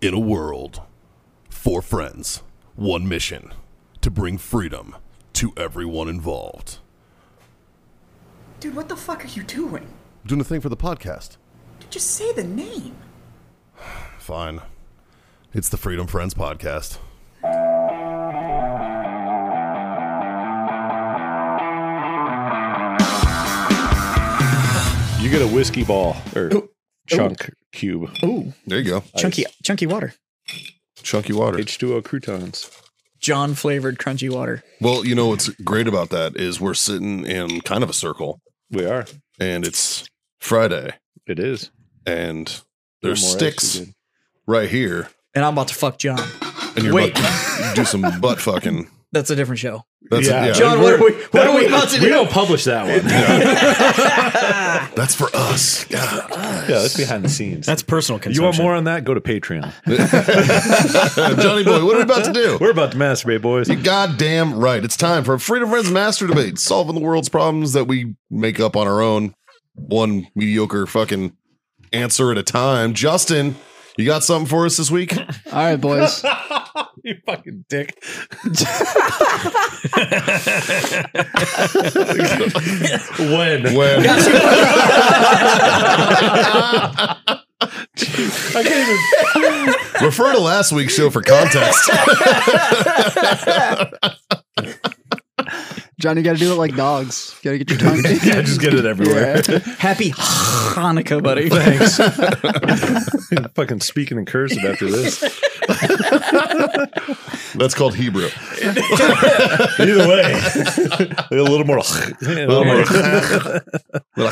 In a world, four friends, one mission to bring freedom to everyone involved. Dude, what the fuck are you doing? Doing a thing for the podcast. Dude, just say the name. Fine. It's the Freedom Friends Podcast. You get a whiskey ball or chunk cube. Ooh, There you go. chunky chunky water. Chunky water. H2O croutons. John flavored crunchy water. Well, you know what's great about that is we're sitting in kind of a circle We are. and it's Friday It is. and there's More sticks actually right here And I'm about to fuck John. and you're Wait. about to do some butt fucking. That's a different show. That's Yeah. yeah. yeah. John, what are we what are we about to good. We do? don't publish that one. yeah, That's for us. God. that's behind the scenes. That's personal you consumption. want more on that? Go to Patreon. Johnny boy, what are we about to do? We're about to masturbate, boys. You're goddamn right. It's time for Freedom Friends Master Debate, solving the world's problems that we make up on our own, one mediocre fucking answer at a time. Justin, you got something for us this week? All right, boys. you fucking dick. when? When I can't even. refer to last week's show for context. John, you got to do it like dogs. You got to get your tongue. Yeah, just get it everywhere. Yeah. Happy Hanukkah, buddy. Thanks. fucking speaking in cursive after this. That's called Hebrew. Either way, a little more. a Um, little more. You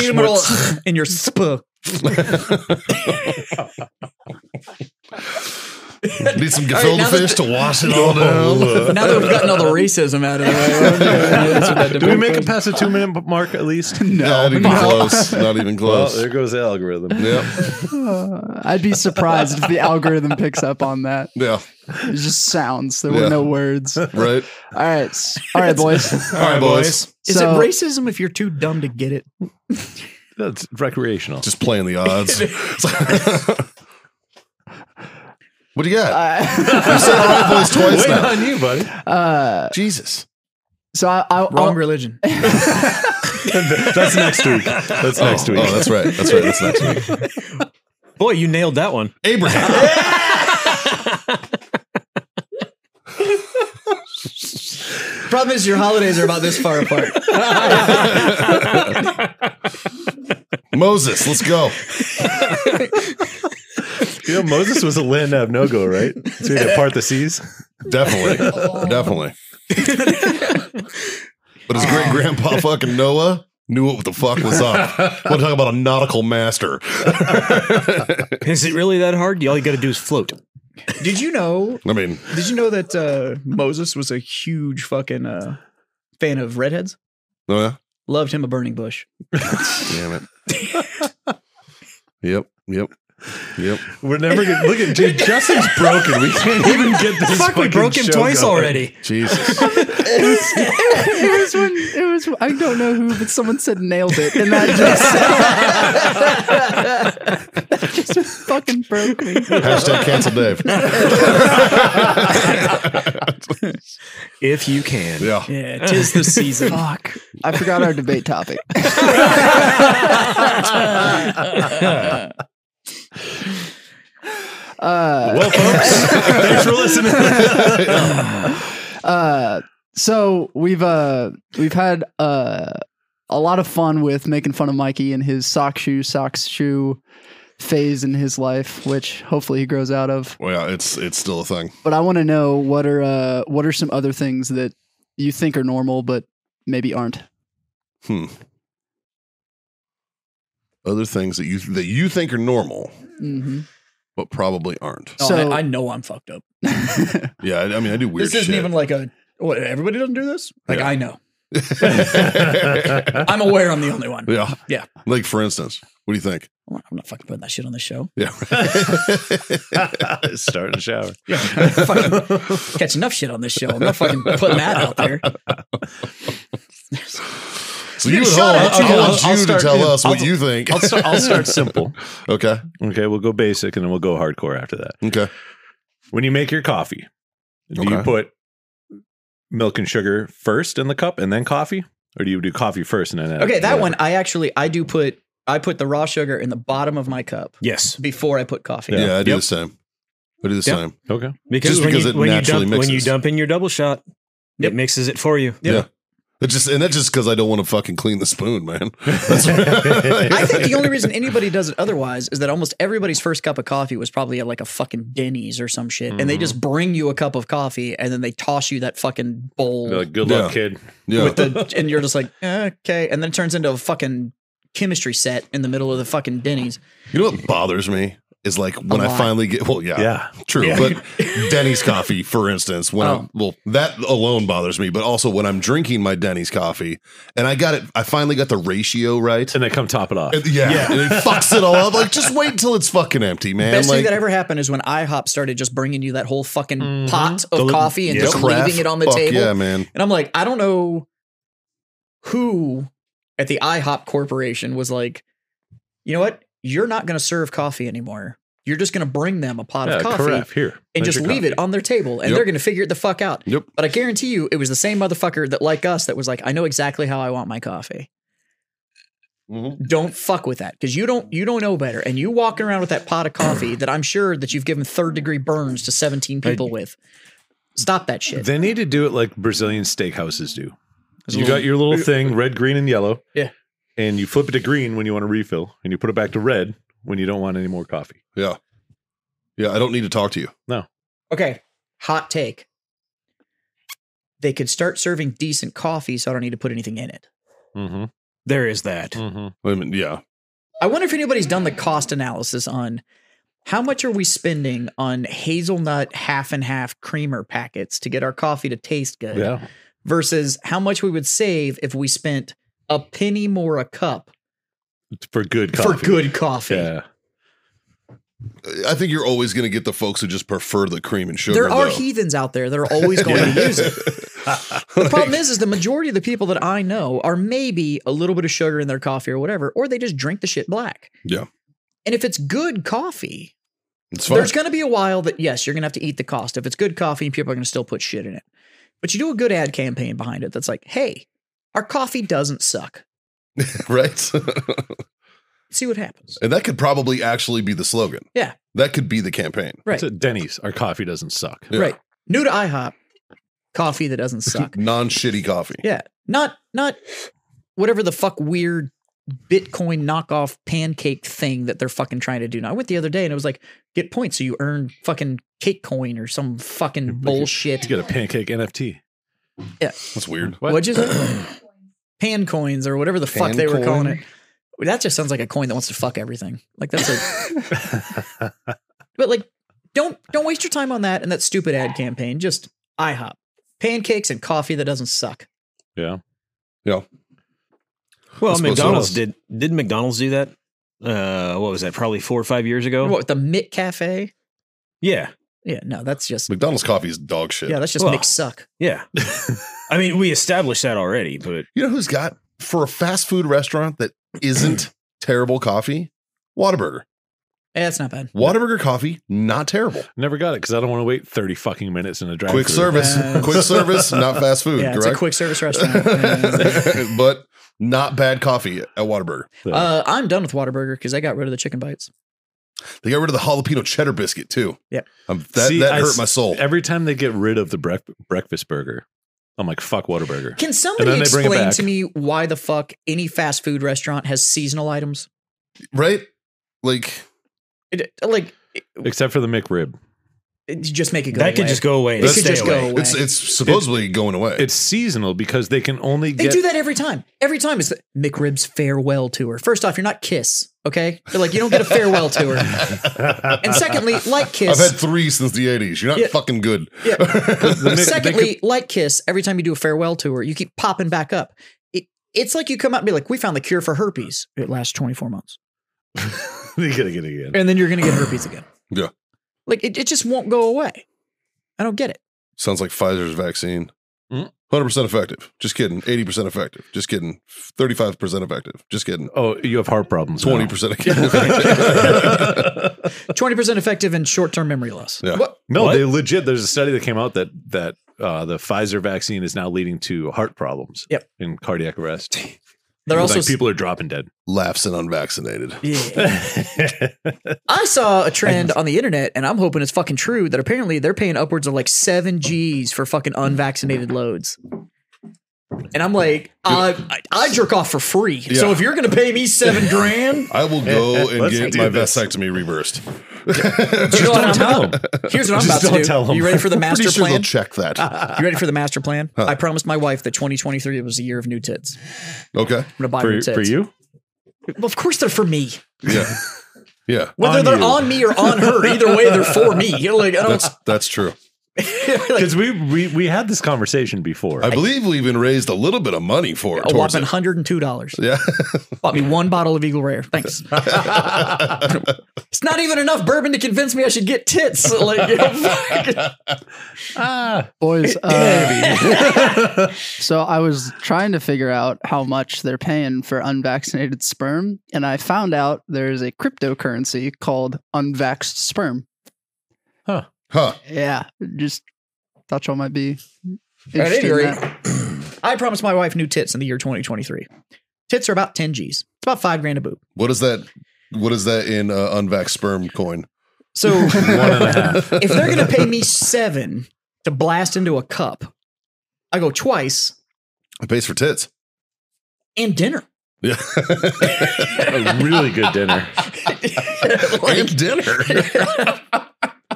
need a little in your sp. Need some right, now gefilte that- fish to wash it all down. Now that we've gotten all the racism out of the way, Do we make it past the two minute mark at least? Not even close. Not even Well, close. there goes the algorithm. Yep. I'd be surprised if the algorithm picks up on that. Yeah. It's just sounds. There were Yeah. no words. All Right. right, s- all right, boys. All right, boys. Is So- it racism if you're too dumb to get it? That's recreational. Just playing the odds. what do you got? you said all right, boys twice Wait now. on you, buddy. Jesus. So I, I, Wrong I'll, religion. That's next week. That's Oh, next week. oh, that's right. That's right. That's next week. Boy, you nailed that one. Abraham. Problem is, your holidays are about this far apart. Moses. Let's go. You know, Moses was a land of no go, right? So we had to part the seas. Definitely. Definitely. But his great grandpa fucking Noah knew what the fuck was up. We're talking about a nautical master. Is it really that hard? All you got to do is float. Did you know? I mean, Did you know that uh, Moses was a huge fucking uh, fan of redheads? oh yeah. Loved him a burning bush. Damn it. yep. Yep. Yep. We're never gonna look at dude. Justin's broken. We can't even get this. Fuck, we fucking broke him show twice going. already. Jesus. it was when it was. I don't know who, but someone said nailed it, and that just that just fucking broke me. Hashtag cancel Dave. If you can. Yeah. Yeah, tis the season. Fuck! I forgot our debate topic. Well, folks, thanks for listening. uh so we've uh we've had uh a lot of fun with making fun of Mikey and his sock shoe socks shoe phase in his life which hopefully he grows out of Well, yeah, it's it's still a thing. but I want to know what are uh what are some other things that you think are normal but maybe aren't Hmm. Other things that you that you think are normal, mm-hmm. but probably aren't. Oh, So- I, I know I'm fucked up. Yeah, I, I mean, I do weird this isn't shit. even like a what everybody doesn't do this. Like Yeah. I know. I'm aware I'm the only one. yeah, Yeah. Like for instance, what do you think? I'm not fucking putting that shit on the show. Yeah. right. Start in the shower. fucking catch enough shit on this show. I'm not fucking putting that out there. so you at shot home, at I you. I'll- want I'll you to start- tell us what I'll- you think. I'll start, I'll start simple. Okay. Okay, we'll go basic and then we'll go hardcore after that. Okay. When you make your coffee, do you Okay. put milk and sugar first in the cup and then coffee? Or do you do coffee first and then add Okay, that whatever? one I actually I do put I put the raw sugar in the bottom of my cup Yes, before I put coffee. Yeah, I do Yep. the same. I do the Yep. same. Okay. because, Just when, because you, it when, you naturally dump, when you mixes. dump in your double shot, Yep. it mixes it for you. Yeah. It just and that's just because I don't want to fucking clean the spoon, man. That's I think the only reason anybody does it otherwise is that almost everybody's first cup of coffee was probably at like a fucking Denny's or some shit, Mm-hmm. and they just bring you a cup of coffee and then they toss you that fucking bowl Be like, good luck, kid. yeah. with the, and you're just like "Eh, okay, and then it turns into a fucking chemistry set in the middle of the fucking Denny's. you know what bothers me is like when I lot. finally get well, yeah, Yeah. true. But Denny's coffee, for instance, when I, Oh. well that alone bothers me, but also when I'm drinking my Denny's coffee and I got it, I finally got the ratio right. And then come top it off. And- yeah, and it fucks it all up. Like just wait till it's fucking empty, man. Best like thing that ever happened is when IHOP started just bringing you that whole fucking Mm-hmm. pot of The- coffee and yeah. just Kraft, leaving it on the fuck table. Yeah, man. And I'm like, I don't know who at the IHOP corporation was like, you know what? You're not going to serve coffee anymore. You're just going to bring them a pot yeah, of coffee correct. Here. and There's just your leave it coffee. on their table and Yep. they're going to figure it the fuck out. Yep. But I guarantee you, it was the same motherfucker that, like us, that was like, I know exactly how I want my coffee. Mm-hmm. Don't fuck with that because you don't you don't know better, and you walking around with that pot of coffee that I'm sure that you've given third degree burns to 17 people with. Stop that shit. They need to do it like Brazilian steakhouses do. There's a You little- got your little thing, red, green, and yellow. Yeah. And you flip it to green when you want to refill, and you put it back to red when you don't want any more coffee. Yeah, yeah. I don't need to talk to you. Okay, hot take. They could start serving decent coffee, so I don't need to put anything in it. Mm-hmm. There is that. Mm-hmm. Wait a minute. Yeah, I wonder if anybody's done the cost analysis on how much are we spending on hazelnut half and half creamer packets to get our coffee to taste good Yeah. versus how much we would save if we spent a penny more a cup For good coffee. for good coffee. Yeah. I think you're always going to get the folks who just prefer the cream and sugar. There are though. heathens out there that are always going to use it. The problem is, is the majority of the people that I know are maybe a little bit of sugar in their coffee or whatever, or they just drink the shit black. Yeah. And if it's good coffee, It's fine. there's going to be a while that yes, you're going to have to eat the cost. If it's good coffee, people are going to still put shit in it. But you do a good ad campaign behind it that's like, hey, our coffee doesn't suck. right? See what happens. and that could probably actually be the slogan. Yeah. That could be the campaign. Right. It's at Denny's. Our coffee doesn't suck. Yeah. Right. New to IHOP, coffee that doesn't suck. Non shitty coffee. Yeah. Not not whatever the fuck weird Bitcoin knockoff pancake thing that they're fucking trying to do now. I went the other day and it was like, get points so you earn fucking cake coin or some fucking bullshit. You get a pancake NFT. That's weird. What? What'd you say? Pan coins or whatever the fuck they were Pancoin? calling it. Well, That just sounds like a coin that wants to fuck everything. Like that's a But like don't don't waste your time on that and that stupid ad campaign. Just IHOP. Pancakes and coffee that doesn't suck. Yeah. Well, I suppose so. McDonald's did. Did McDonald's do that? Uh, what was that? Probably four or five years Oh. ago. What with the Mitt Cafe? Yeah, Yeah, no, that's just McDonald's coffee is dog shit. Yeah, that's just Well. Mick suck. yeah. I mean, we established that already, but You know who's got for a fast food restaurant that isn't terrible coffee? Whataburger. Yeah, that's not bad. Whataburger coffee, not terrible. Never got it because I don't want to wait 30 fucking minutes in a drive Quick service. Uh, quick service, not fast food, yeah, it's a correct? quick service restaurant. Yeah. but not bad coffee at Whataburger. uh, I'm done with Whataburger because I got rid of the chicken bites. They got rid of the jalapeno cheddar biscuit too. Yep. Um, that See, that I hurt s- my soul. Every time they get rid of the bref- breakfast burger, I'm like, fuck Whataburger. Can somebody then they bring it explain back. to me why the fuck any fast food restaurant has seasonal items? right? Like It, like, Except for the McRib. it, just make it go. that could away. just go away. It Just could stay just away. go away. it's it's supposedly going away. It's seasonal because they can only they get do that every time. Every time it's the McRib's farewell tour. First off, you're not Kiss, okay? They're like, you don't get a farewell tour. And secondly, like I've Kiss, had three since the eighties. You're not Yeah. fucking good. Yeah. The Mc- they Secondly, like Kiss, every time you do a farewell tour, you keep popping back up. It, it's like you come out and be like, "We found the cure for herpes." It lasts twenty four months. You're gonna get it again. and then you're gonna get herpes again. Yeah. Like it, it just won't go away. I don't get it. Sounds like Pfizer's vaccine. Mm. 100% effective. Just kidding. 80% effective. Just kidding. 35% effective. Just kidding. Oh, you have heart problems. now. 20% effective. Twenty percent effective in short term memory loss. yeah. No, What? they legit. There's a study that came out that that uh, the Pfizer vaccine is now leading to heart problems. Yep. and cardiac arrest. They're also like people are dropping dead. Laughs and unvaccinated. Yeah. I saw a trend on the internet, and I'm hoping it's fucking true that apparently they're paying upwards of like seven G's for fucking unvaccinated loads. And I'm like, I, I, I jerk off for free. So Yeah. if you're gonna pay me seven grand, I will go and Let's get do my this. vasectomy reversed. you know what I'm tell about- Here's what I'm Just about to don't do. tell 'em. You ready for the master Pretty sure they'll plan? check that. You ready for the master plan? I promised my wife that 2023 was a year of new tits. I'm Okay. gonna buy new for, tits for you. Well, of course they're for me. Yeah. Yeah. Whether On they're you. on me or on her, either way, they're for me. You know, like oh, I don't. That's that's true. like, Because we, we we had this conversation before. I believe we even raised a little bit of money for it. a Towards whopping it. hundred and two dollars. Yeah. Bought me one bottle of Eagle Rare. Thanks. it's not even enough bourbon to convince me I should get tits. Like, you know, fuck. Ah, Boys, uh, so I was trying to figure out how much they're paying for unvaccinated sperm, and I found out there's a cryptocurrency called unvaxxed sperm. Huh. Yeah, just thought y'all might be. At interested any in rate, that. I promised my wife new tits in the year 2023. Tits are about 10 G's. It's about five grand a boob. What is that? What is that in uh, unvax sperm coin? So One and a half. if they're gonna pay me seven to blast into a cup, I go twice It pays for tits. and dinner. Yeah. a really good dinner. Like, and dinner.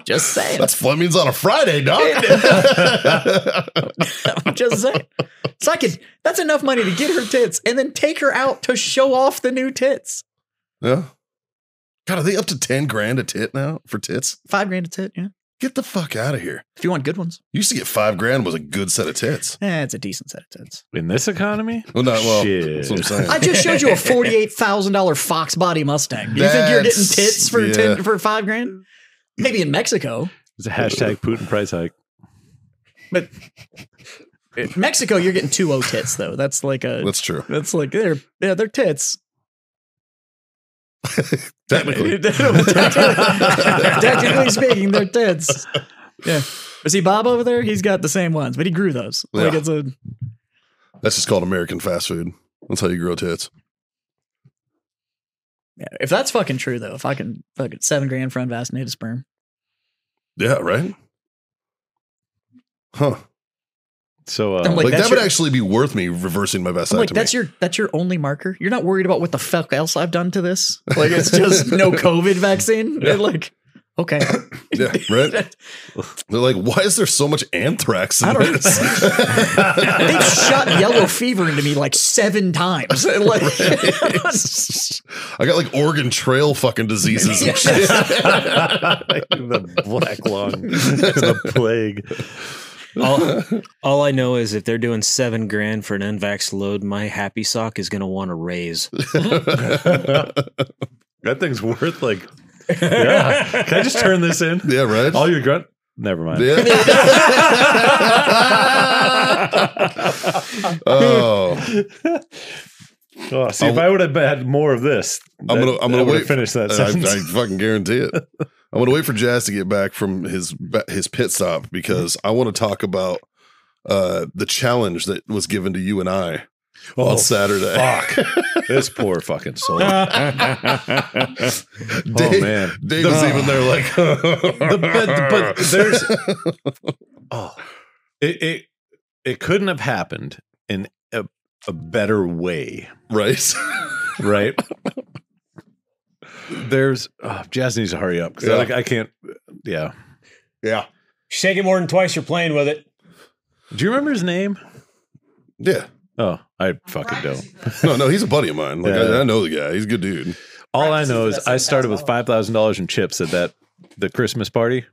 just saying. That's Fleming's on a Friday, dog. I'm just saying. So I could that's enough money to get her tits and then take her out to show off the new tits. yeah. God, are they up to 10 grand a tit now for tits? Five grand a tit, yeah. Get the fuck out of here. If you want good ones. You used to get five grand was a good set of tits. Eh, it's a decent set of tits. In this economy, Well, not well. Shit. That's what I'm saying. I just showed you a forty-eight thousand dollar Fox body Mustang. You think you're getting That's- tits for yeah. ten for five grand? Maybe in Mexico, it's a hashtag Putin price hike. but Mexico, you're getting two o tits though. That's like a That's true. that's like they're yeah they're tits. Technically. Technically speaking, they're tits. Yeah. But see, Bob over there, he's got the same ones, but he grew those. Like Yeah. it's a That's just called American fast food. That's how you grow tits. yeah, if that's fucking true though, if I can fucking seven grand for unvaccinated sperm. Yeah, right? Huh. So uh, I'm Like, Like, that that's would your- actually be worth me reversing my vasectomy. I'm like, that's your that's your only marker. You're not worried about what the fuck else I've done to this. Like it's just no COVID vaccine. And, like, okay. yeah, right? They're like, why is there so much anthrax in I don't- this? They've shot yellow fever into me like seven times. And, Like, I got like Oregon Trail fucking diseases and shit. the black lung, the plague. All, all I know is if they're doing seven grand for an unvax load, my happy sock is going to want to raise. That thing's worth like. Yeah. Can I just turn this in? Yeah, right? All your grunt. Never mind. Yeah. oh, Oh, see, if I'll- I would have had more of this, I'm gonna I'm gonna wait Uh, finish that I, sentence. I fucking guarantee it. I'm gonna wait for Jazz to get back from his ba- his pit stop because I want to talk about uh the challenge that was given to you and I Oh, on Saturday. Fuck this poor fucking soul. Dave, Oh, man. Dave was even there like The- but, but there's oh it, it it couldn't have happened in a, a better way right. right there's oh, jazz needs to hurry up because Yeah. I, I can't yeah Yeah. Shake it more than twice. You're playing with it. do you remember his name Yeah. oh i fucking don't No, no, he's a buddy of mine. Like Yeah. I, I know the guy. He's a good dude. all i know is i started with $5000 in chips at that the christmas party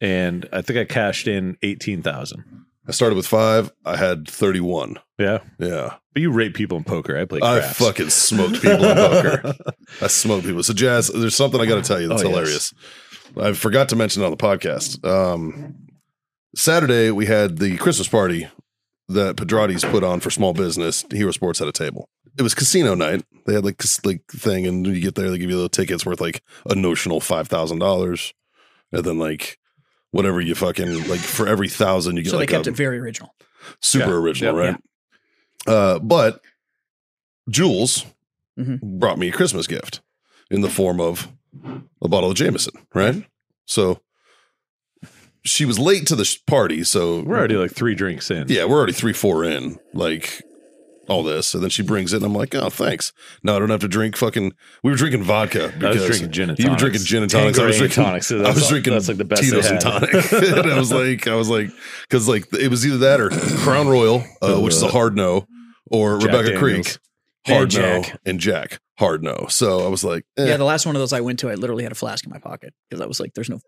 and i think i cashed in 18000 I started with five. I had thirty one. Yeah. Yeah. But you rape people in poker. I play I craps. fucking smoked people in poker. I smoked people. So, Jazz, there's something I got to tell you that's Oh, yes. hilarious. I forgot to mention on the podcast. Um, Saturday, we had the Christmas party that Pedrati's put on for small business. Hero Sports had a table. It was casino night. They had like this like thing, and you get there, they give you little tickets worth like a notional five thousand dollars, and then like whatever you fucking like for every thousand you get So like they kept a it very original. super Yeah. original, Yeah. right? Uh, but Jules Mhm. brought me a Christmas gift in the form of a bottle of Jameson, right? So she was late to the sh- party, so We're already like three drinks in. yeah, we're already three, four in, like all this, and then she brings it, and I'm like, oh, thanks. Now I don't have to drink fucking. We were drinking vodka. I was because- drinking gin and You tonics. were drinking gin and tonics. I was Tanqueray drinking tonics. I That's was all- drinking That's like the best. Tito's I and had. tonic. and I was like, I was like, because like it was either that or Crown Royal, uh, which is a hard no, or Jack Rebecca Daniels. Creek, hard And no, Jack. and Jack, hard no. So I was like, eh, Yeah, the last one of those I went to, I literally had a flask in my pocket because I was like, "There's no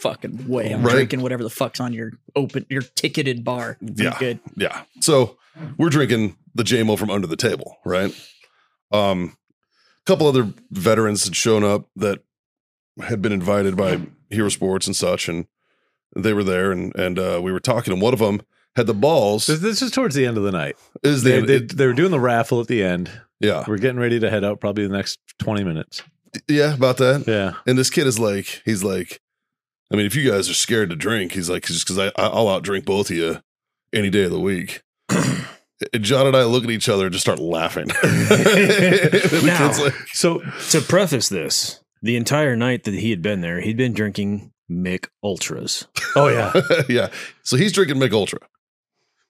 fucking way I'm Right. drinking whatever the fuck's on your open your ticketed bar." I'm Yeah. good. yeah. So we're drinking the JMO from under the table, right? Um, a couple other veterans had shown up that had been invited by Hero Sports and such, and they were there, and and uh, we were talking, and one of them had the balls. This, this is towards the end of the night. Is They, the they, they were doing the raffle at the end. yeah We're getting ready to head out probably the next 20 minutes. yeah about that? Yeah. And this kid is like, he's like, I mean, if you guys are scared to drink, he's like, just because I I'll outdrink both of you any day of the week. and John and I look at each other and just start laughing. the Now. kid's like, So To preface this, the entire night that he had been there, he'd been drinking Mick Ultras. Oh yeah. yeah. So he's drinking Mick Ultra,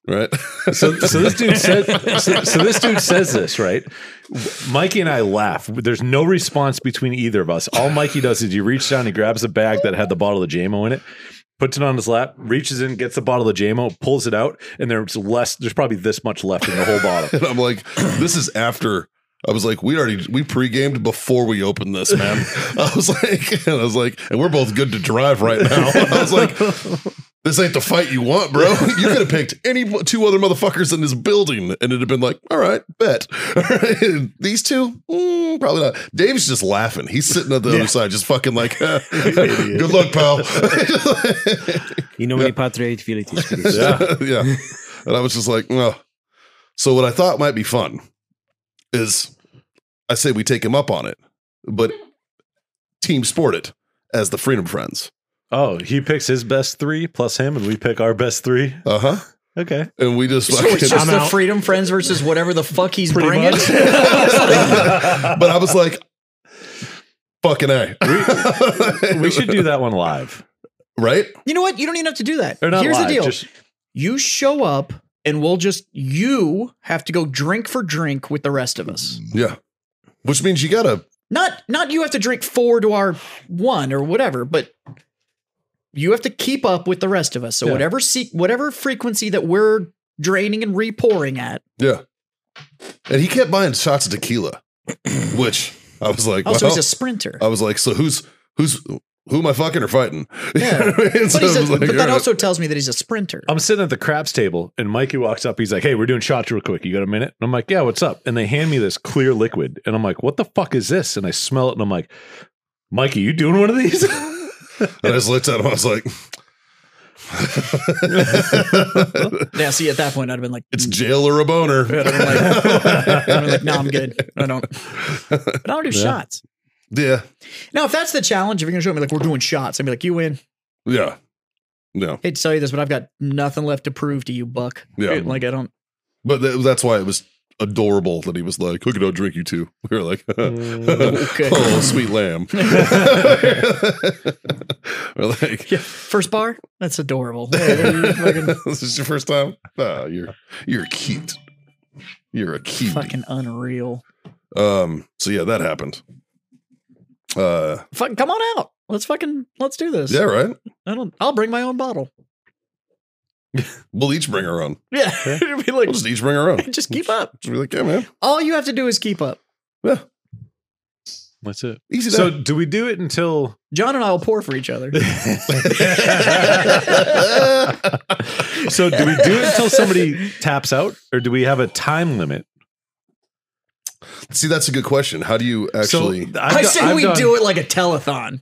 right? So so this dude said so, so this dude says this, right? Mikey and I laugh. There's no response between either of us. All Mikey does is he reaches down, he grabs a bag that had the bottle of JMO in it, puts it on his lap, reaches in, gets the bottle of JMO, pulls it out, and there's less there's probably this much left in the whole bottle. and I'm like, this is after. I was like, we already we pre-gamed before we opened this, man. I was like, and I was like, and we're both good to drive right now. I was like, this ain't the fight you want, bro. You could have picked any two other motherfuckers in this building, and it'd have been like, all right, bet. These two, Mm, probably not. Dave's just laughing. He's sitting at the other side, just fucking like, good luck, pal. You know many patria filitis. Chris. yeah. And I was just like, no. So what I thought might be fun is I say we take him up on it, but team sport it as the Freedom Friends. Oh, he picks his best three plus him, and we pick our best three. Uh-huh. Okay. And we just, So fucking- it's just the Freedom Friends versus whatever the fuck he's bringing. but I was like, fucking A. We should do that one live. right? you know what? You don't even have to do that. Or not Here's live. the deal: Just, you show up, and we'll just you have to go drink for drink with the rest of us. Yeah. Which means you gotta Not not you have to drink four to our one or whatever, but you have to keep up with the rest of us. So Yeah. whatever se- whatever frequency that we're draining and repouring at. Yeah. And he kept buying shots of tequila, which I was like, Oh, so he's well- a sprinter. I was like, so who's who's who am I fucking or fighting? Yeah. And so but, he's I a, was like, uh, but all that right. also tells me that he's a sprinter. I'm sitting at the craps table, and Mikey walks up. He's like, "Hey, we're doing shots real quick. You got a minute?" And I'm like, "Yeah, what's up?" And they hand me this clear liquid, and I'm like, "What the fuck is this?" And I smell it, and I'm like, "Mikey, you doing one of these?" and I just looked at him. I was like, yeah, see, at that point, I'd have been like, it's jail or a boner. I'd have been like, no, I'm good. I don't. But I don't do shots. Yeah, Now, if that's the challenge, if you're gonna show me like we're doing shots, I'd be like, you win. yeah, no, Hate to tell you this, but I've got nothing left to prove to you, Buck. Yeah. like I don't. but th- that's why it was adorable that he was like, "Look at how drink you two. We were like, Mm, "Oh, sweet lamb." we're like, Yeah, first bar. That's adorable. "This is your first time. Oh, you're you're cute. You're a cutie." Fucking unreal. Um. So yeah, that happened. Uh. Fucking come on out. Let's fucking let's do this. Yeah. Right. I don't. I'll bring my own bottle. We'll each bring our own. Yeah, it'd be like We'll just each bring our own. just keep up. Just be like, yeah, man. All you have to do is keep up. Yeah. That's it. Easy So, there. do we do it until? John and I will pour for each other. So, do we do it until somebody taps out, or do we have a time limit? See, that's a good question. How do you actually? so I say we do it like a telethon.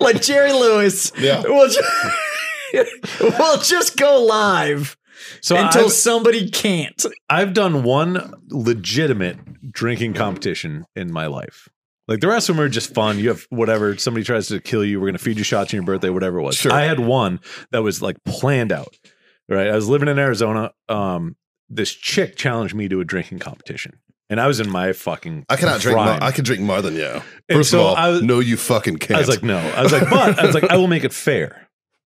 like Jerry Lewis. Yeah. We'll just, we'll just go live So until I've, somebody can't. I've done one legitimate drinking competition in my life. Like the rest of them are just fun. You have whatever. Somebody tries to kill you. We're gonna feed you shots on your birthday, whatever it was. Sure. I had one that was like planned out. Right. I was living in Arizona. Um, this chick challenged me to a drinking competition, and I was in my fucking. I cannot drink. More, prime. I can drink more than you. And First so of all, I was- no, you fucking can't. I was like, no. I was like, but I was like, I will make it fair.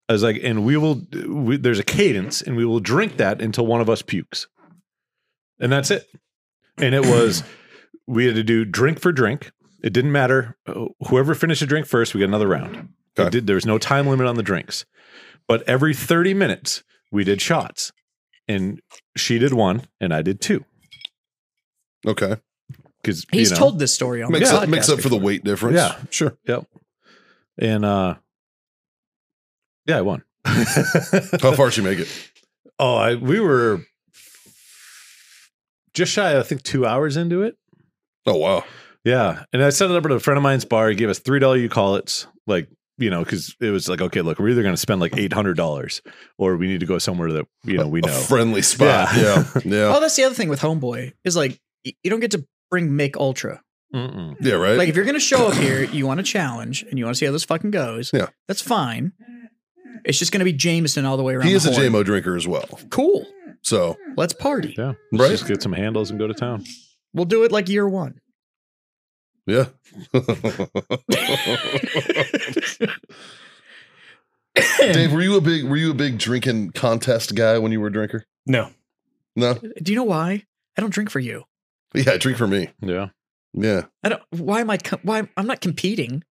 I was like, and we will. We, there's a cadence, and we will drink that until one of us pukes, and that's it. And it was we had to do drink for drink. It didn't matter. Uh, Whoever finished a drink first, we got another round. It Okay. did- there was no time limit on the drinks, but every 30 minutes we did shots, and she did one, and I did two. okay, Because He's you know, told this story "Oh, on makes the up makes podcast up for the before. weight difference. Yeah. sure. and uh, yeah, I won. How far did you make it? Oh, I we were just shy, I think, two hours into it. Oh wow, Yeah. And I set it up at a friend of mine's bar. He gave us three dollar you call it's like, you know, because it was like, okay, look, we're either gonna spend like eight hundred dollars or we need to go somewhere that you know we a know. friendly spot. Yeah, Yeah. yeah, yeah. Oh, that's the other thing with Homeboy is like y- you don't get to bring Mick Ultra. Mm-mm. right. Like if you're gonna show up here, you want to challenge and you want to see how this fucking goes. Yeah. that's fine. It's just gonna be Jameson all the way around. he is the a horn. JMO drinker as well. Cool. So Let's party. Yeah. Right. Let's just get some handles and go to town. We'll do it like year one. yeah, Dave, were you a big were you a big drinking contest guy when you were a drinker? No. No, Do you know why? I don't drink for you. yeah, drink for me. Yeah. Yeah, I don't. Why am I? Com- why I'm not competing?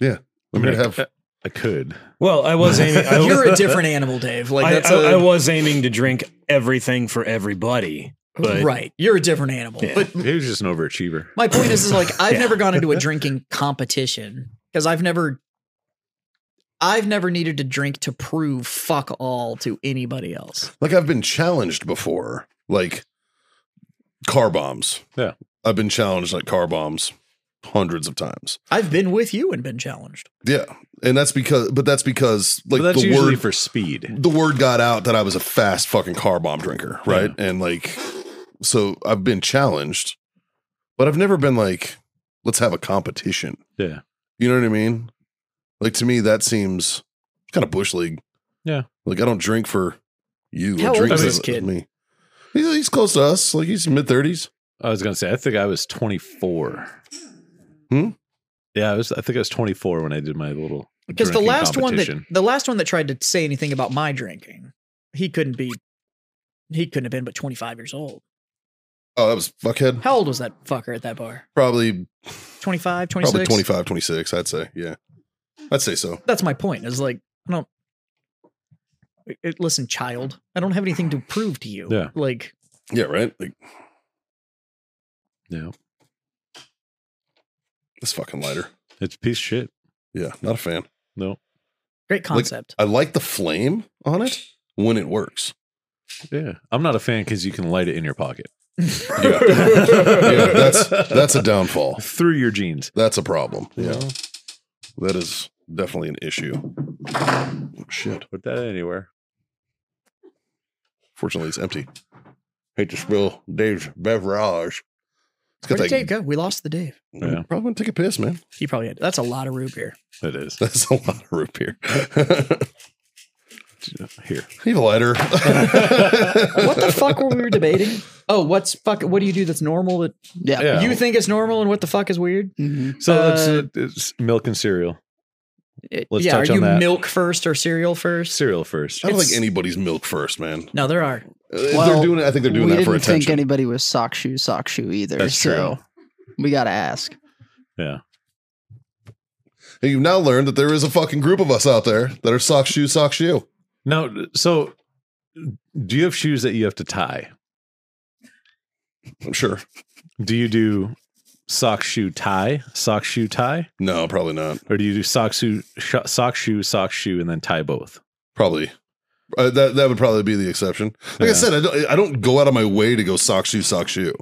I'm gonna have. I, I could. Well, I was aiming. I, was- You're a different animal, Dave. Like I, that's I- a I was aiming to drink everything for everybody, but right. You're a different animal. Yeah. But He was just an overachiever. my point is, is like I've Yeah. never gone into a drinking competition because I've never, I've never needed to drink to prove fuck all to anybody else. like I've been challenged before, like car bombs. Yeah. I've been challenged like car bombs hundreds of times. I've been with you and been challenged. Yeah, and that's because, but that's because like But that's the usually word for speed. the word got out that I was a fast fucking car bomb drinker, right? And like, so I've been challenged, but I've never been like, let's have a competition. Yeah. You know what I mean? Like to me, that seems kind of bush league. Yeah. Like I don't drink for you. I How old drink is for this kid? Me. He's, he's close to us. Like he's mid thirties. I was gonna say, I think I was twenty four. Hmm? Yeah, I was I think I was twenty four when I did my little Because the drinking last one that competition. the last one that tried to say anything about my drinking, he couldn't be, he couldn't have been but 25 years old. Oh, that was fuckhead. How old was that fucker at that bar? Probably, 25, 26? probably 25, 26, I'd say. Yeah. I'd say so. That's my point. Is like I don't. it- listen, child, I don't have anything to prove to you. Yeah. Like Yeah. Right. Like Yeah. this fucking lighter. It's a piece of shit. Yeah. Not a fan. No. great concept. I like the flame on it when it works. Yeah. I'm not a fan because you can light it in your pocket. Yeah. yeah. That's, that's a downfall. through your jeans. That's a problem. You Yeah. know? That is definitely an issue. Oh, Shit. Put that anywhere. Fortunately, it's empty. Hate to spill Dave's beverage. It's got Where did Dave that. go? We lost the Dave. Yeah. Probably gonna take a piss, man. He probably had. That's a lot of root beer. It is. That's a lot of root beer. you Here. have a lighter. What the fuck were we debating? Oh, what's fuck? What do you do that's normal that Yeah. Yeah. you think is normal, and what the fuck is weird? Mhm. so uh, that's uh, it's milk and cereal. It- Let's yeah, touch are on you that. milk first or cereal first? Cereal first. I don't It's- think anybody's milk first, man. No, there are. If Well, they're doing it. I think they're doing we that for didn't think attention. anybody was sock shoe sock shoe either. That's so true. we got to ask. Yeah. and you've now learned that there is a fucking group of us out there that are sock shoe sock shoe. Now, so do you have shoes that you have to tie? I'm sure. Do you do sock shoe tie, sock shoe tie, No, probably not. or do you do sock shoe sh- sock shoe sock shoe and then tie both? Probably. Uh, that that would probably be the exception. Like I Yeah. said, I don't, I don't go out of my way to go sock shoe sock shoe.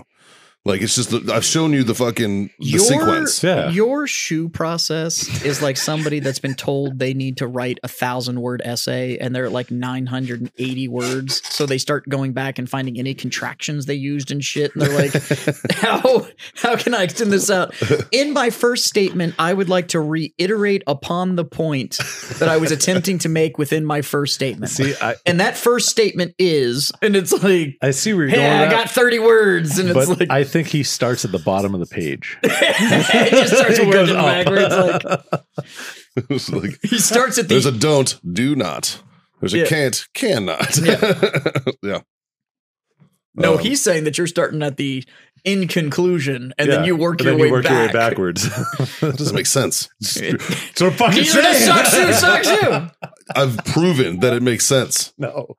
Like it's just the, I've shown you the fucking the Your- sequence. Yeah. Your shoe process is like somebody that's been told they need to write a thousand word essay and they're at like 980 words. So they start going back and finding any contractions they used and shit. And they're like, how, how can I extend this out? In my first statement, I would like to reiterate upon the point that I was attempting to make within my first statement. See, I and that first statement is, and it's like, I see where you're hey, going. I with got that, 30 words. And it's but like, I think he starts at the bottom of the page. it just starts It goes working up. backwards. Like, It's like, he starts at the there's a don't, do not. There's a Yeah. can't, cannot. Yeah. yeah. No, oh. Um, he's saying that you're starting at the in conclusion, and then Yeah. you work, And your, then way you work back. your way backwards. doesn't make sense. so fucking Either this saying. sucks you, sucks you. I've proven that it makes sense. No.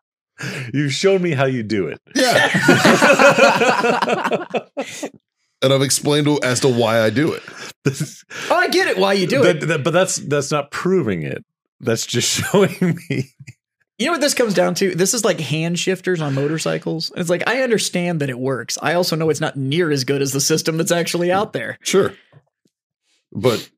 You've shown me how you do it. Yeah. and I've explained to- as to why I do it. Oh, I get it. Why you do That- it? that- but that's that's not proving it. That's just showing me. You know what this comes down to? This is like hand shifters on motorcycles. And it's like I understand that it works. I also know it's not near as good as the system that's actually out there. Sure. But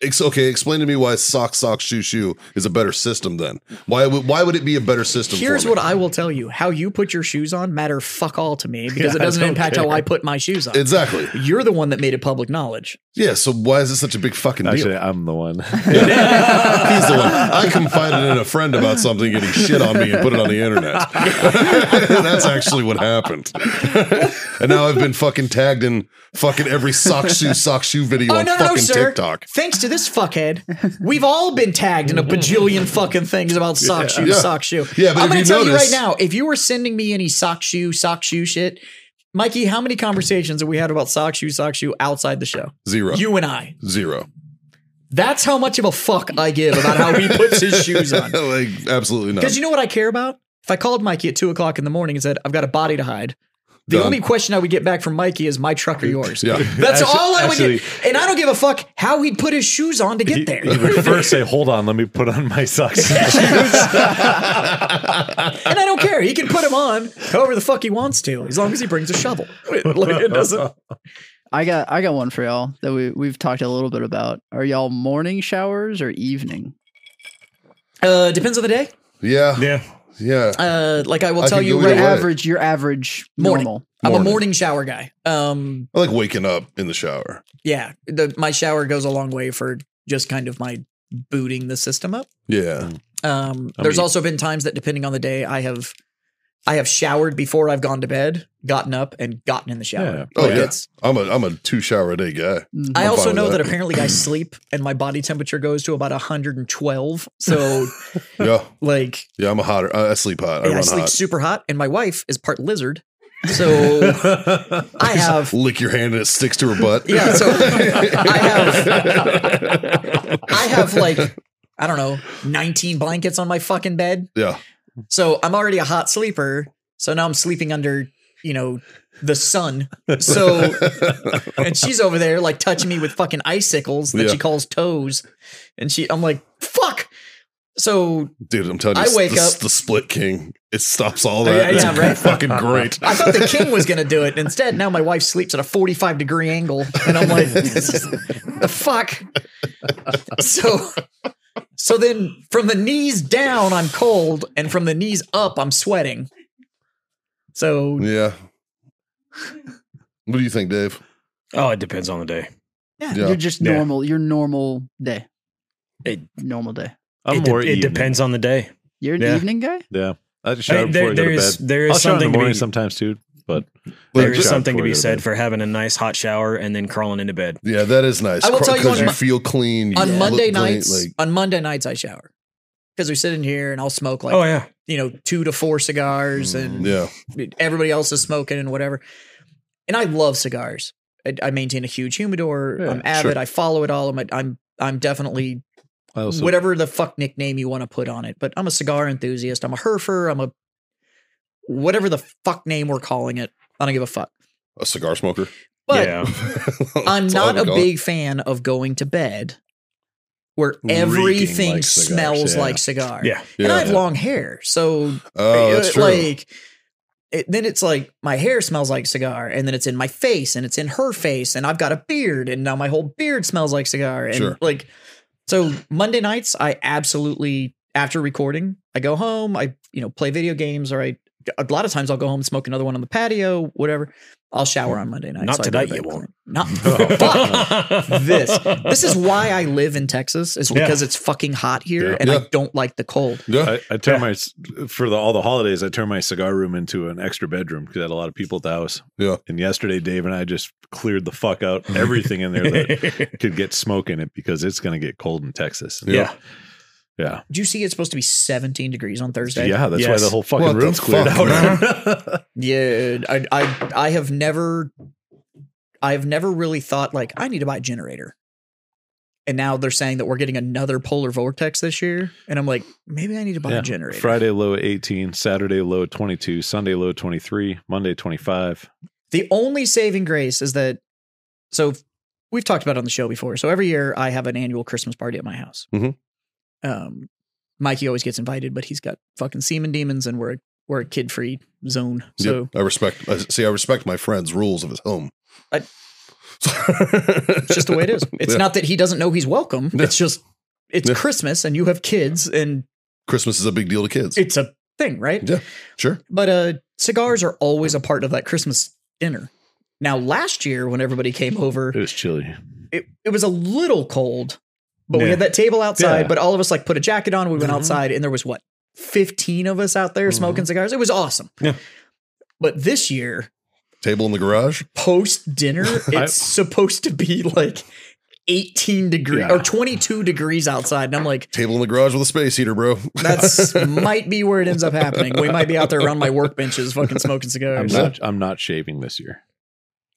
it's okay. Explain to me why sock, sock, shoe, shoe is a better system then. Why would why would it be a better system? Here's for me? what I will tell you: how you put your shoes on matter fuck all to me because it Yeah, I doesn't don't impact how care. I put my shoes on. exactly. You're the one that made it public knowledge. Yeah. So why is it such a big fucking deal? Actually, I'm the one. He's the one. I confided in a friend about something getting shit on me and put it on the internet. That's actually what happened. and now I've been fucking tagged in fucking every sock shoe sock shoe Oh, video on fucking TikTok. Thanks to this fuckhead, we've all been tagged in a bajillion fucking things about sock shoe, Yeah. sock shoe. Yeah, but I'm if gonna you tell notice- you right now, if you were sending me any sock shoe, sock shoe shit, Mikey, how many conversations have we had about sock shoe, sock shoe outside the show? Zero. You and I. Zero. That's how much of a fuck I give about how he puts his shoes on. like absolutely not. Because you know what I care about? If I called Mikey at two o'clock in the morning and said, I've got a body to hide, the Done. only question I would get back from Mikey is my truck or yours. yeah. That's Actu- all I would get. actually- And I don't give a fuck how he'd put his shoes on to get He- there. he would first say, "Hold on, let me put on my socks." and I don't care. He can put them on however the fuck he wants to, as long as he brings a shovel. Like, it doesn't. I got I got one for y'all that we we've talked a little bit about. Are y'all morning showers or evening? Uh, depends on the day. Yeah. Yeah. Yeah. Uh, like I will I tell can you go right either Your way. now, average, your average Morning. normal. I'm a Morning. morning shower guy. Um, I like waking up in the shower. yeah, the, my shower goes a long way for just kind of my booting the system up. Yeah. Um, I there's mean- also been times that depending on the day, I have. I have showered before I've gone to bed, gotten up, and gotten in the shower. Yeah. Oh, yeah. it's- I'm a I'm a two shower a day guy. I I'm also fine with know that. that. apparently I sleep and my body temperature goes to about 112. So Yeah. like Yeah, I'm a hotter. I I sleep hot. I and I run sleep hot. super hot and my wife is part lizard. So I have Lick your hand and it sticks to her butt. yeah, so I have I have like I don't know, 19 blankets on my fucking bed. Yeah. So I'm already a hot sleeper. So now I'm sleeping under, you know, the sun. So and she's over there like touching me with fucking icicles that Yeah. she calls toes. And she I'm like, fuck. So Dude, I'm telling you, I s- wake the, s- up- Oh, the split king. It stops all that. yeah, it's yeah, right? fucking great. I thought the king was going to do it. Instead, now my wife sleeps at a 45 degree angle. And I'm like, this is, the fuck? So, so then from the knees down, I'm cold. And from the knees up, I'm sweating. So yeah. What do you think, Dave? Oh, it depends on the day. Yeah. You're just Yeah. normal. Your normal day. It- normal day. I'm it de- more. it evening. depends on the day. You're an Yeah. evening guy. Yeah, I just shower I- before I go to there's bed. there I'll is shower in the something to morning be sometimes too, but there is shower something to before I be go said bed. for having a nice hot shower and then crawling into bed. Yeah, that is nice. I will Cr- tell you on you Mo- feel clean. you on look clean, Monday nights, like- on Monday nights, I shower because we sit in here and I'll smoke like, oh yeah, you know, two to four cigars and yeah, everybody else is smoking and whatever. And I love cigars. I, I maintain a huge humidor. Yeah, I'm avid. sure. I follow it all. I'm a, I'm I'm definitely I also whatever the fuck nickname you want to put on it. But I'm a cigar enthusiast. I'm a herfer. I'm a whatever the fuck name we're calling it. I don't give a fuck. a cigar smoker. But yeah. I'm That's all not we a got. big fan of going to bed where Reeking everything like cigars, smells yeah. like cigar. Yeah. And I Yeah. have long hair. So Oh, uh, that's true. like it, then it's like my hair smells like cigar and then it's in my face and it's in her face and I've got a beard and now my whole beard smells like cigar and Sure. like so Monday nights I absolutely after recording I go home I you know play video games or I a lot of times I'll go home and smoke another one on the patio whatever I'll shower on Monday night Not I go tonight, to bed you clean. won't. not Oh, Oh, fuck this this is why I live in Texas is Yeah. because it's fucking hot here Yeah. and Yeah. I don't like the cold yeah. I, I turn my s- for the all the holidays. I turn my cigar room into an extra bedroom because I had a lot of people at the house. Yeah. And yesterday, Dave and I just cleared the fuck out everything in there that could get smoke in it because it's going to get cold in Texas. yeah. Yeah. do you see it's supposed to be 17 degrees on Thursday Yeah. That's why Yes. the whole fucking What the room's cleared fuck, out. Yeah, I, I, I have never, I've never really thought like I need to buy a generator, and now they're saying that we're getting another polar vortex this year, and I'm like, maybe I need to buy Yeah. a generator. Friday low 18, Saturday low 22, Sunday low 23, Monday 25. The only saving grace is that, so we've talked about it on the show before. So every year I have an annual Christmas party at my house. Mhm. Um, Mikey always gets invited, but he's got fucking semen demons, and we're we're a kid free zone. So Yep, I respect. I, see, I respect my friend's rules of his home. I- it's It's just the way it is. It's not that he doesn't know he's welcome. Yeah. It's just it's Yeah. Christmas and you have kids and Christmas is a big deal to kids. it's a thing, right? Yeah. sure. But uh cigars are always a part of that Christmas dinner. Now last year when everybody came over, It was chilly. it, it was a little cold, but we Yeah. had that table outside, Yeah. but all of us like put a jacket on, we went Mhm. outside and there was what 15 of us out there smoking cigars. It was awesome. Yeah. But this year, Table in the garage. post dinner, it's I- supposed to be like 18 degrees Yeah. or 22 degrees outside. And I'm like, Table in the garage with a space heater, bro. that's might be where it ends up happening. We might be out there around my workbenches fucking smoking I'm cigars. not, I'm not shaving this year.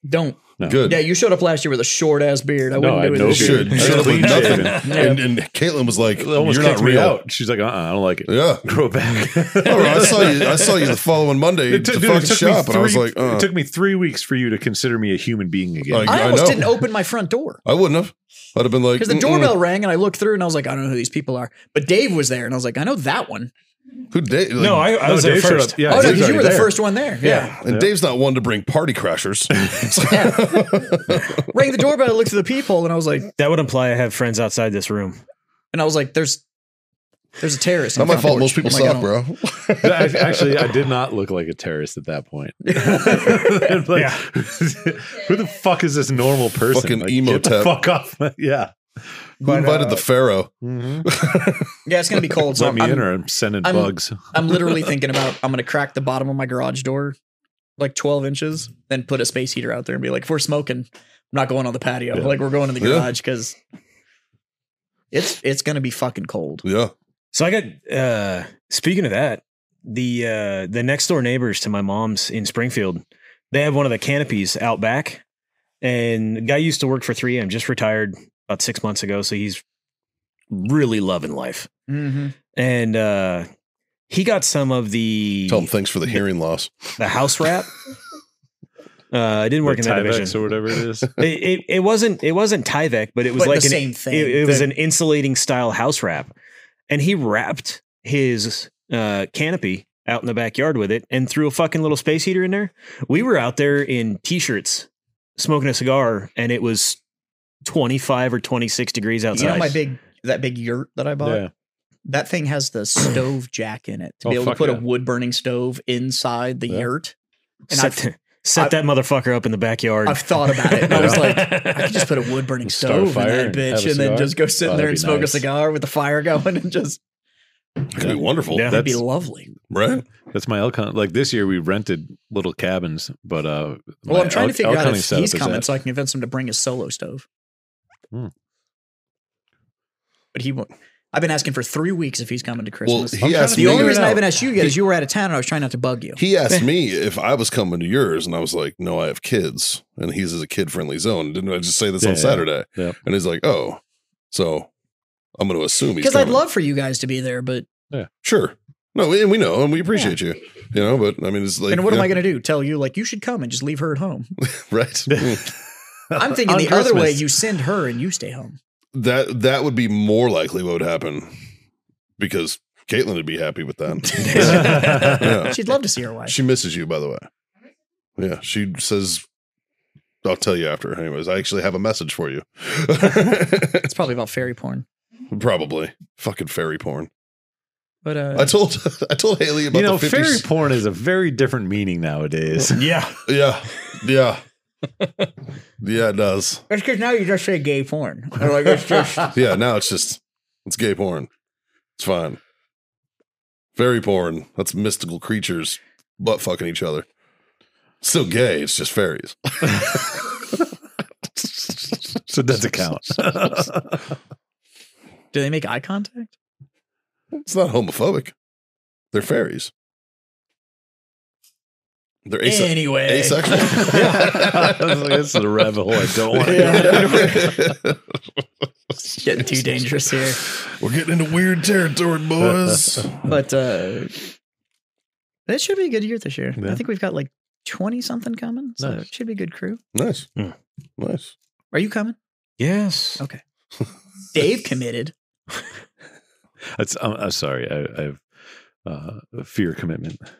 Don't. No. Good. Yeah, you showed up last year with a short ass beard. I wouldn't I do it know you this year. should. You should have Clean with nothing. shaven. And, and Caitlin was like, It almost "You're not kicked me real." out. She's like, uh-uh, I don't like it. Yeah. Grow back. All right, I saw you. I saw you the following Monday at It the took, dude, it fucking took me shop, and I was three- like, uh, it took me three weeks for you to consider me a human being again. Like- I I almost know. didn't open my front door I wouldn't have. I'd have been like, because the "Mm-mm." doorbell rang and I looked through and I was like, I don't know who these people are. But Dave was there and I was like, I know that one. Who Dave? No, I, I No, was there Dave showed first. up. Yeah, oh, no, Dave's because you already were the there. first one there. Yeah. and Dave's not one to bring party crashers. Rang the doorbell, I looked through the peephole and I was like, That would imply I have friends outside this room. and I was like, there's there's a terrorist. not on the my fault. front Most porch. people I'm like, I suck, don't- bro. I- Actually, I did not look like a terrorist at that point. Like, Yeah. Who the fuck is this normal person? Fucking like, emo get the tep. fuck off. my- yeah. Who uh, invited the Pharaoh? Mm-hmm. Yeah, it's gonna be cold. So Let me I'm, in or I'm sending I'm- bugs. I'm literally thinking about I'm gonna crack the bottom of my garage door like 12 inches, then put a space heater out there and be like, if we're smoking, I'm not going on the patio. Yeah. Like we're going in the Yeah. garage because it's it's gonna be fucking cold. Yeah, So I got uh speaking of that, the uh the next door neighbors to my mom's in Springfield, they have one of the canopies out back. And the guy used to work for 3M, just retired about six months ago, so he's really loving life. Mm-hmm. And uh he got some of the tell him thanks for the hearing loss. the house wrap. uh I didn't work The in that Tyvek division. or whatever it is. it, it, it wasn't it wasn't Tyvek, but it was But like the an, same thing. It, it was The- an insulating style house wrap, and he wrapped his uh, canopy out in the backyard with it, and threw a fucking little space heater in there. We were out there in t-shirts, smoking a cigar, and it was twenty five or twenty six degrees outside. You know my big that big yurt that I bought? yeah. That thing has the stove jack in it to Oh, be able to fuck put yeah. a wood burning stove inside the Yeah. yurt. And set, I've- th- set I've- that motherfucker up in the backyard. I've thought about it. And I was Yeah. like, I could just put a wood burning Start a stove in fire that and have bitch a and then cigar? just go sit Oh, in there that'd and be smoke a nice. cigar with the fire going and just It could be wonderful. Yeah. it'd be That's- lovely. Right? That's my elk hunt. Like this year, we rented little cabins, but uh, Well, my I'm trying to elk- figure elk out hunting if setup he's is coming at- so I can convince him to bring his solo stove. Hmm. But he won't. I've been asking for three weeks if he's coming to Well, Christmas. he trying asked to the me. only figure it reason I out. haven't asked you yet is you were out of town and I was trying not to bug you. He asked me if I was coming to yours, and I was like, "No, I have kids, and he's is a kid-friendly zone." Didn't I just say this on Yeah. Saturday? Yeah. And he's like, "Oh, so I'm going to assume he's Because I'd coming." love for you guys to be there, but sure." No, and we know, and we appreciate you. You know, but I mean, it's like, and what am yeah, I going to do? Tell you like you should come and just leave her at home. right? Mm. I'm thinking On the other way. Christmas. You send her and you stay home. that that would be more likely what would happen because Caitlin would be happy with that. yeah. She'd love to see her wife. She misses you, by the way. Yeah, she says, "I'll tell you after." Anyways, I actually have a message for you. it's probably about fairy porn. Probably fucking fairy porn. But I uh, told I told Haley about you know, the 50s. fairy porn is a very different meaning nowadays. Yeah. Yeah, yeah, yeah. It does. it's because now you just say gay porn. Or like it's just Yeah. Now it's just it's gay porn. It's fine. Fairy porn. That's mystical creatures butt fucking each other. Still gay. It's just fairies. So it doesn't count. do they make eye contact? It's not homophobic. They're fairies. They're Eh. ase- anyway, asexual. I was like, this is a rabbit hole I don't want to getting too dangerous here. We're getting into weird territory, boys. But uh, that should be a good year this year. Yeah. I think we've got like twenty something coming, so Nice. it should be a good crew. nice. Hmm. Nice. Are you coming? Yes. Dave committed. It's, I'm, I'm sorry. I, I have uh, a fear commitment.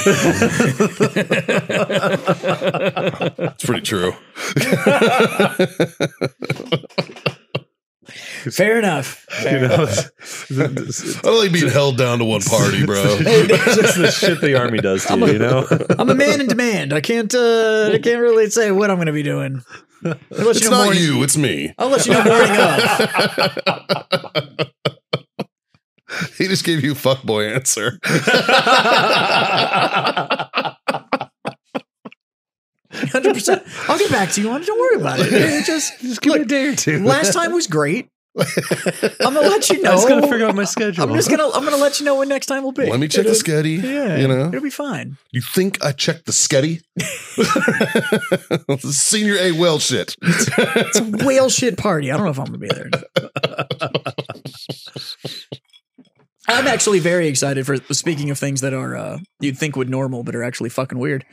It's pretty true. Fair enough. You know, it's, it's- it's- I don't like being held down to one party, bro. it's just the shit the army does to you, you know? I'm a man in demand. I can't. Uh, I can't really say what I'm going to be doing. I'll let It's you know not morning. you, it's me. I'll let you know morning of. He just gave you a fuckboy answer. Hundred percent. I'll get back to you on it. Don't worry about it. It Just, just give A day or two. Last time was great. I'm gonna let you know. I was going to figure out my schedule. I'm just gonna. I'm gonna let you know when next time will be. Let me check the It'll- sketty. Yeah, You know? it'll be fine. You think I checked the sketty? Senior A well shit. It's a whale shit party. I don't know if I'm gonna be there. I'm actually very excited for speaking of things that are uh, you'd think would normal but are actually fucking weird.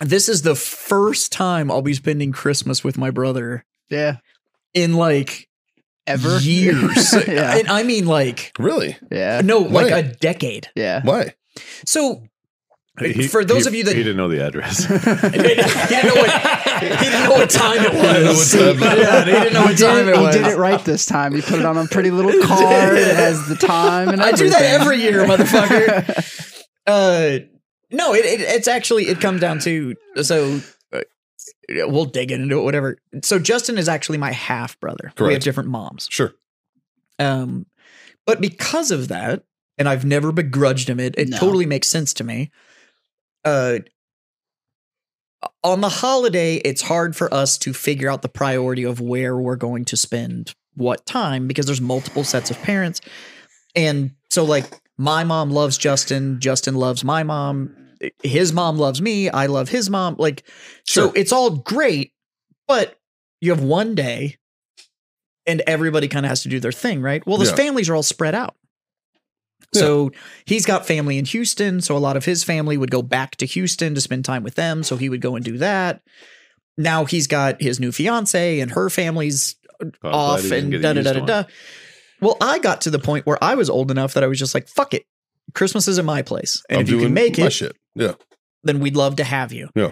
This is the first time I'll be spending Christmas with my brother Yeah. in like Ever. years. Yeah. And I mean like Really? Yeah. no, like Why? a decade. Yeah. Why? So He- for those of you that He didn't know the address. he didn't know what, he didn't know what time it was. know what time it yeah, he didn't know he what did, time it, it was. he did it right this time. He put it on a pretty little card. It has the time and I do everything. that every year, motherfucker. uh, no, it, it it's actually it comes down to so uh, we'll dig into it, whatever. So Justin is actually my half brother. We have Correct. different moms. Sure. Um, but because of that, and I've never begrudged him it. It No. totally makes sense to me. Uh. On the holiday, it's hard for us to figure out the priority of where we're going to spend what time because there's multiple sets of parents. And so like my mom loves Justin, Justin loves my mom, his mom loves me, I love his mom. Like so Sure. it's all great, but you have one day and everybody kind of has to do their thing, right? Well, his Yeah. families are all spread out. So he's got family in Houston, so a lot of his family would go back to Houston to spend time with them, so he would go and do that. Now he's got his new fiance and her family's I'm glad he off didn't and get a da da da used da one. da. Well, I got to the point where I was old enough that I was just like, "Fuck it, Christmas is in my place, and I'm if you can doing make my it, shit. Yeah. then we'd love to have you." Yeah.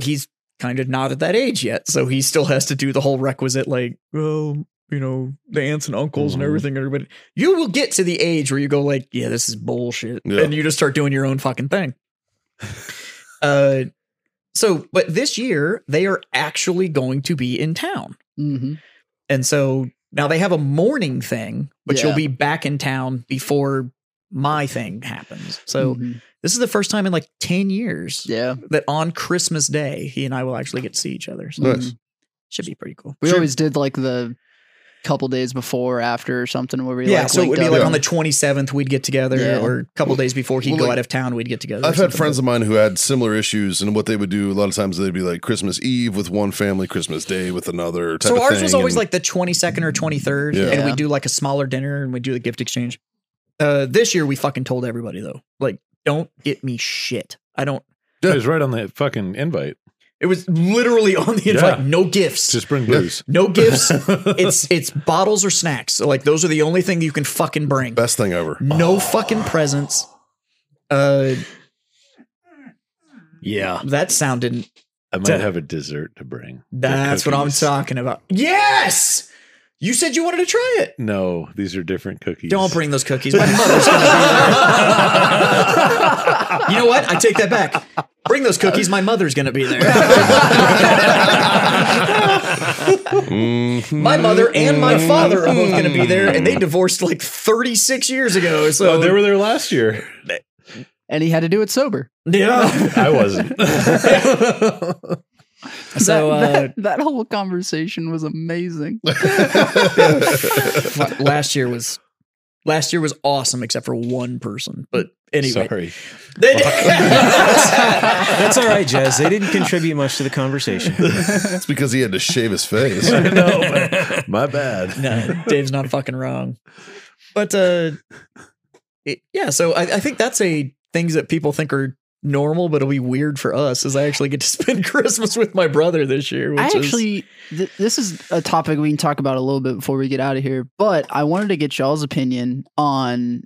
He's kind of not at that age yet, so he still has to do the whole requisite like, well, you know, the aunts and uncles and Mhm. everything. Everybody, you will get to the age where you go like, "Yeah, this is bullshit," Yeah. and you just start doing your own fucking thing. uh, so but this year they are actually going to be in town. hmm And so now they have a morning thing, but Yeah. you'll be back in town before my thing happens. So this is the first time in like 10 years Mm. yeah. that on Christmas Day, he and I will actually get to see each other. So Nice. Mhm. should be pretty cool. We always did like the couple days before or after or something where we yeah, like so it would linked be up like and- on the 27th, we'd get together, Yeah. or a couple days before he'd Well, go like, out of town, we'd get together. or I've had something. friends of mine who had similar issues, and what they would do a lot of times they'd be like Christmas Eve with one family, Christmas Day with another. Type So of ours thing, was always and- like the 22nd or 23rd, Yeah. and we Yeah. do like a smaller dinner and we do the gift exchange. Uh, this year we fucking told everybody though. Like, don't get me shit. I don't. It was right on the fucking invite. It was literally on the invite. Yeah. No gifts. Just bring booze. no gifts. it's it's bottles or snacks. So, like those are the only thing you can fucking bring. Best thing ever. No fucking presents. Uh, Yeah. that sound didn't. I might have a dessert to bring. That's what I'm Cookies. talking about. Yes. You said you wanted to try it. No, these are different cookies. Don't bring those cookies. My mother's gonna be there. you know what? I take that back. Bring those cookies. My mother's gonna be there. My mother and my father are both gonna be there, and they divorced like 36 years ago. So Oh, they were there last year. and he had to do it sober. yeah. I wasn't. So that, uh, that, that whole conversation was amazing. fu- last year was last year was awesome, except for one person. But anyway, Sorry. They- That's all right, Jazz. They didn't contribute much to the conversation. It's because he had to shave his face. My bad. no, Dave's not fucking wrong. But uh, it, yeah, so I, I think that's a things that people think are normal, but it'll be weird for us. Is I actually get to spend Christmas with my brother this year. Which I is, actually, th- this is a topic we can talk about a little bit before we get out of here, but I wanted to get y'all's opinion on,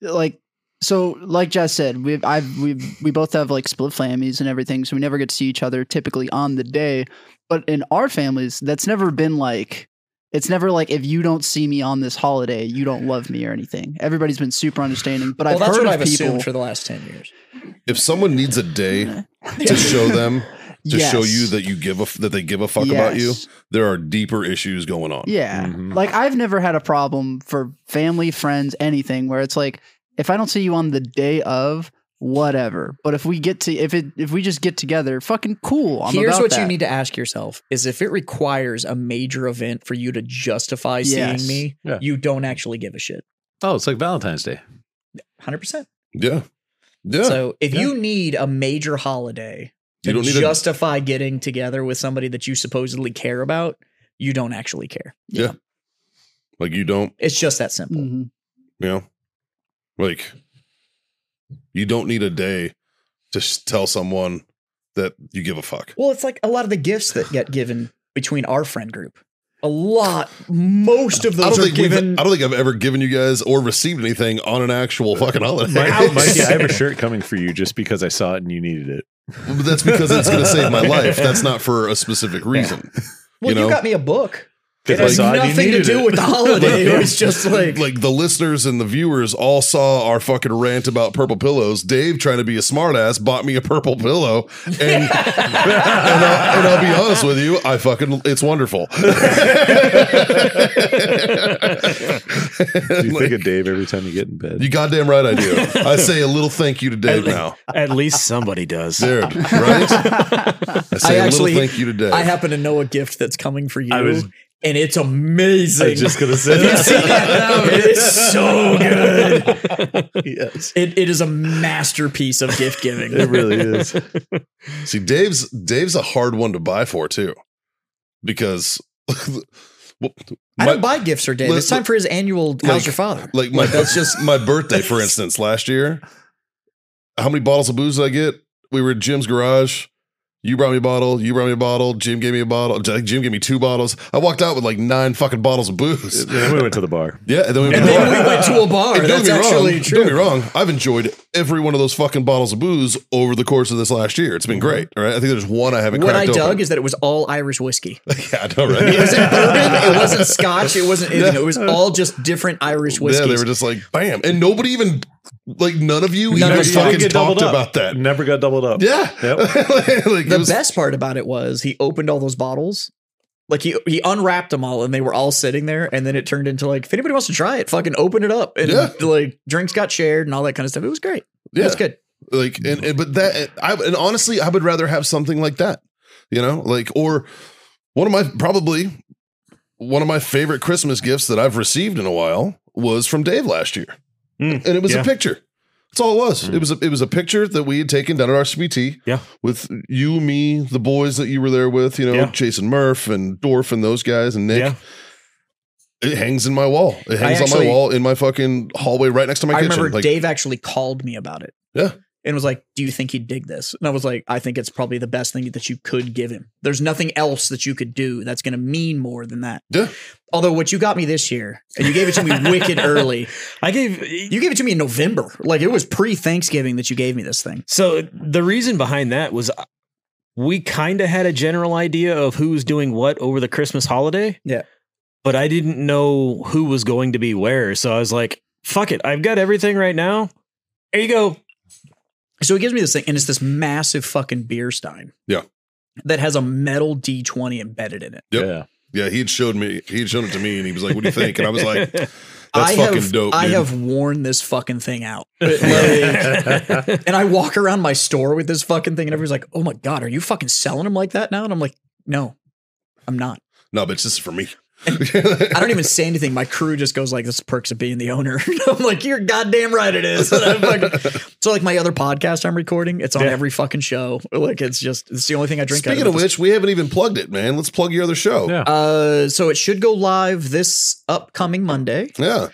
like, so like Jess said, we've I've we we both have like split families and everything, so we never get to see each other typically on the day. But in our families, that's never been like. It's never like if you don't see me on this holiday, you don't love me or anything. Everybody's been super understanding, but well, I've that's heard what of I've people assumed for the last ten years. if someone needs a day to show them, to show Yes. you that you give a f- that they give a fuck about you, Yes. there are deeper issues going on. Yeah. Mm-hmm. Like I've never had a problem for family, friends, anything where it's like if I don't see you on the day of whatever. But if we get to if it if we just get together, fucking cool. I'm Here's about what that. you need to ask yourself: is if it requires a major event for you to justify Yes. seeing me, Yeah. you don't actually give a shit. Oh, it's like Valentine's Day. Hundred percent. Yeah. Yeah. So if Yeah. you need a major holiday to you don't need a justify getting together with somebody that you supposedly care about, you don't actually care. like you don't, It's just that simple. Mm. Mhm. you know, like you don't need a day to s tell someone that you give a fuck. Well, it's like a lot of the gifts that get given between our friend group. A lot, most of I those don't are think we've- given. I don't think I've ever given you guys or received anything on an actual Uh, fucking holiday. Mike, Mikey, I have a shirt coming for you just because I saw it and you needed it. But that's because it's going to save my life. That's not for a specific reason. well, you, you know. got me a book. It Because I has saw it and you nothing to needed do it. with the holiday. It was just like, Like the listeners and the viewers all saw our fucking rant about purple pillows. Dave trying to be a smartass bought me a purple pillow, and and, I'll, and I'll be honest with you, I fucking it's wonderful. Do you Like, think of Dave every time you get in bed? you goddamn right I do. I say a little thank you to Dave now, At least somebody does. dude. Right? I I say a actually- little thank you to Dave. I happen to know a gift that's coming for you, I was- and it's amazing. I was just gonna say that. it is so good. It, it is a masterpiece of gift giving. it really is. See, Dave's Dave's a hard one to buy for too, because well, I my- don't buy gifts for Dave. It's Listen- time for his annual How's Your Father? like my that's just my birthday, for instance, last year. How many bottles of booze did I get? We were at Jim's garage. You brought me a bottle. You brought me a bottle. Jim gave me a bottle. I think Jim gave me two bottles. I walked out with like nine fucking bottles of booze. And then we went to the bar. Yeah, and then we went And to the then bar. we went to a bar. And don't That's get me actually wrong. true. Don't get me wrong. I've enjoyed every one of those fucking bottles of booze over the course of this last year. It's been great. All right. I think there's one I haven't What I cracked dug open. is that it was all Irish whiskey. It yeah, I know, right? wasn't bourbon. It wasn't Scotch. It wasn't anything. It was all just different Irish whiskeys. Yeah, they were just like, bam. And nobody even, like, none of you None even of us fucking Get doubled talked up. about that. Never got doubled up. Yeah. Yep. Like, it the was- best part about it was he opened all those bottles. Like he he unwrapped them all and they were all sitting there and then it turned into like if anybody wants to try it, fucking open it up and Yeah. like drinks got shared and all that kind of stuff. It was great. It was Yeah. good. like and, and but that I and honestly I would rather have something like that, you know, like or one of my probably one of my favorite Christmas gifts that I've received in a while was from Dave last year, Mm, and it was yeah. a picture. That's all it was. It was a, it was a picture that we had taken down at RCBT. Yeah. with you, me, the boys that you were there with, you know, Yeah. Jason Murph and Dorf and those guys and Nick. Yeah. It hangs in my wall. It hangs on actually- my wall in my fucking hallway right next to my I kitchen. remember like, Dave actually called me about it. Yeah. And was like, Do you think he'd dig this? And I was like, I think it's probably the best thing that you could give him. There's nothing else that you could do that's going to mean more than that. Yeah. Although, what you got me this year, and you gave it to me wicked early, I gave you gave it to me in November. Like, it was pre Thanksgiving that you gave me this thing. So the reason behind that was uh, we kind of had a general idea of who was doing what over the Christmas holiday. Yeah. But I didn't know who was going to be where. So I was like, fuck it. I've got everything right now. There you go. So he gives me this thing, and it's this massive fucking beer stein. Yeah. That has a metal D20 embedded in it. Yep. Yeah. yeah, he had showed me. He had shown it to me, and he was like, "What do you think?" And I was like, "That's I fucking have, dope." I dude. have worn this fucking thing out. Like, and I walk around my store with this fucking thing, and everybody's like, oh my God, are you fucking selling them like that now? And I'm like, no, I'm not. no, bitch, this is for me. I don't even say anything. My crew just goes like, "This perks of being the owner." I'm like, "You're goddamn right, it is." And I'm fucking- so like my other podcast I'm recording, it's on Yeah. every fucking show. Like it's just it's the only thing I drink. out Speaking at of this- which, we haven't even plugged it, man. Let's plug your other show. Yeah. uh, so it should go live this upcoming Monday. Yeah.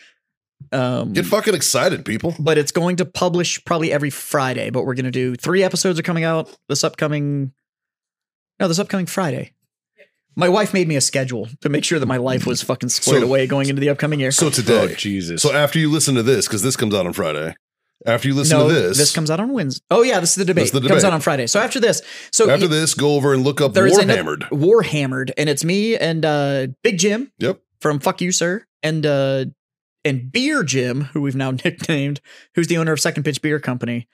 Um, Get fucking excited, people. but it's going to publish probably every Friday. But we're going to do three episodes are coming out this upcoming. No, this upcoming Friday. My wife made me a schedule to make sure that my life was fucking squared So- away going into the upcoming year. So Oh, today, Jesus. so after you listen to this, because this comes out on Friday, after you listen no, to this, comes out on Wednesday. Oh yeah, this is the debate. This is the Comes debate. out on Friday. So after this, so after this, go over and look up there's Warhammered. war hammered, and it's me and uh, Big Jim. Yep. From Fuck You Sir and uh, and Beer Jim, who we've now nicknamed, who's the owner of Second Pitch Beer Company.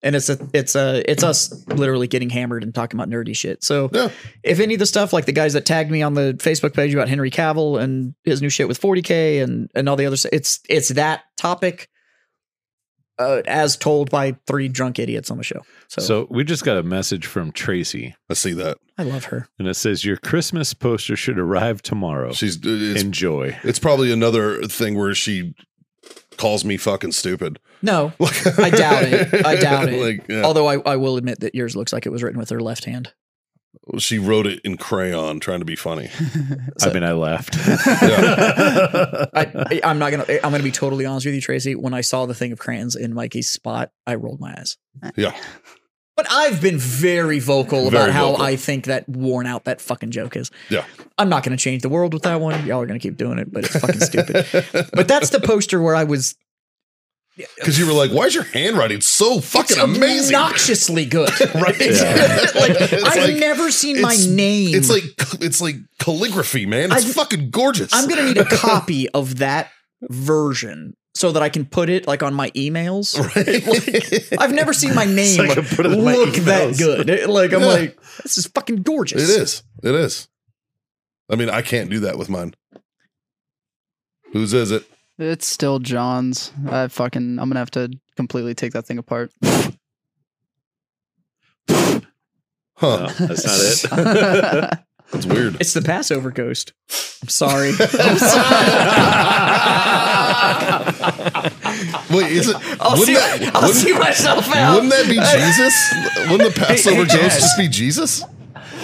And it's a it's a it's us literally getting hammered and talking about nerdy shit. So Yeah. if any of the stuff like the guys that tagged me on the Facebook page about Henry Cavill and his new shit with 40k and and all the other s- it's it's that topic uh, as told by three drunk idiots on the show. So, so we just got a message from Tracy, I see that. I love her. and it says your Christmas poster should arrive tomorrow. She's it's, Enjoy. it's probably another thing where she calls me fucking stupid. No, I doubt it. I doubt it. like yeah. Although I, I will admit that yours looks like it was written with her left hand. she wrote it in crayon, trying to be funny. I mean, I laughed. I, I'm not gonna. I'm gonna be totally honest with you, Tracy. When I saw the thing of crayons in Mikey's spot, I rolled my eyes. Yeah. But I've been very vocal about Very how vocal. I think that worn out that fucking joke is. Yeah. I'm not gonna change the world with that one. Y'all are gonna keep doing it, but it's fucking stupid. But that's the poster where I was Because you were like, "Why is your handwriting so fucking amazing?" obnoxiously good. right? like It's I've like- never seen my it's- name. It's like it's like calligraphy, man. It's I've- fucking gorgeous. I'm gonna need a copy of that version so that I can put it like on my emails. Right? I've never seen my name I can put it in my look that emails. good. It- Like I'm Yeah. like, this is fucking it gorgeous. is. It is. I mean, I can't do that with mine. Whose is it? It's still John's. I fucking. I'm gonna have to completely take that thing apart. Huh? No, that's not it. That's weird. It's the Passover ghost. I'm sorry. I'm sorry. Wait, is it? I'll, wouldn't see, that, I'll wouldn't, see myself out. wouldn't that be Jesus? Wouldn't the Passover ghost just be Jesus?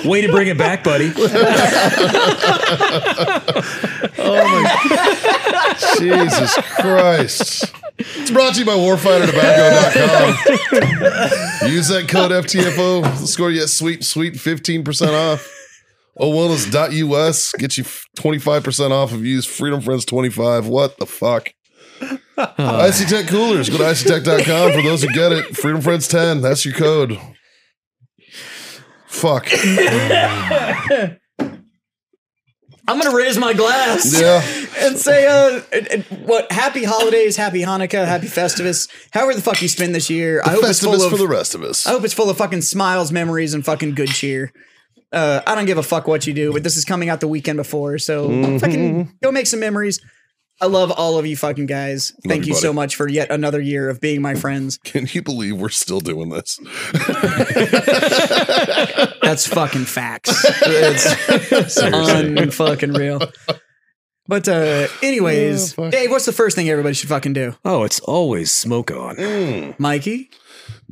Way to bring it back, buddy. Jesus Christ. It's brought to you by warfightertobacco.com. Use that code FTFO. They'll score you a sweet, sweet 15% off. Owellness.us. Get you 25% off if you use Freedom Friends 25. What the fuck? Icy Tech Coolers. Go to icytech.com for those who get it. Freedom Friends 10. That's your code. Fuck. I'm gonna raise my glass Yeah. and say, uh, and- and what? Happy holidays, happy Hanukkah, happy Festivus. However the fuck you spend this year, I hope it's full Festivus of Oh. for the rest of us. I hope it's full of fucking smiles, memories, and fucking good cheer. Uh, I don't give a fuck what you do, but this is coming out the weekend before, so Mm-hmm. fucking go make some memories. I love all of you fucking guys. Thank you, you, so buddy. much for yet another year of being my friends. Can you believe we're still doing this? That's fucking facts. It's unfucking real. But uh Oh, anyways, Dave, what's the first thing everybody should fucking do? oh, it's always smoke on. Mikey?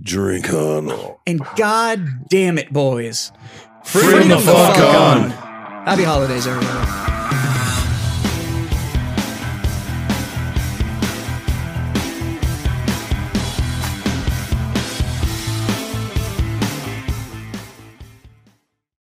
Drink on. And god damn it, boys. Bring the fuck on. Happy holidays, everybody. Bye.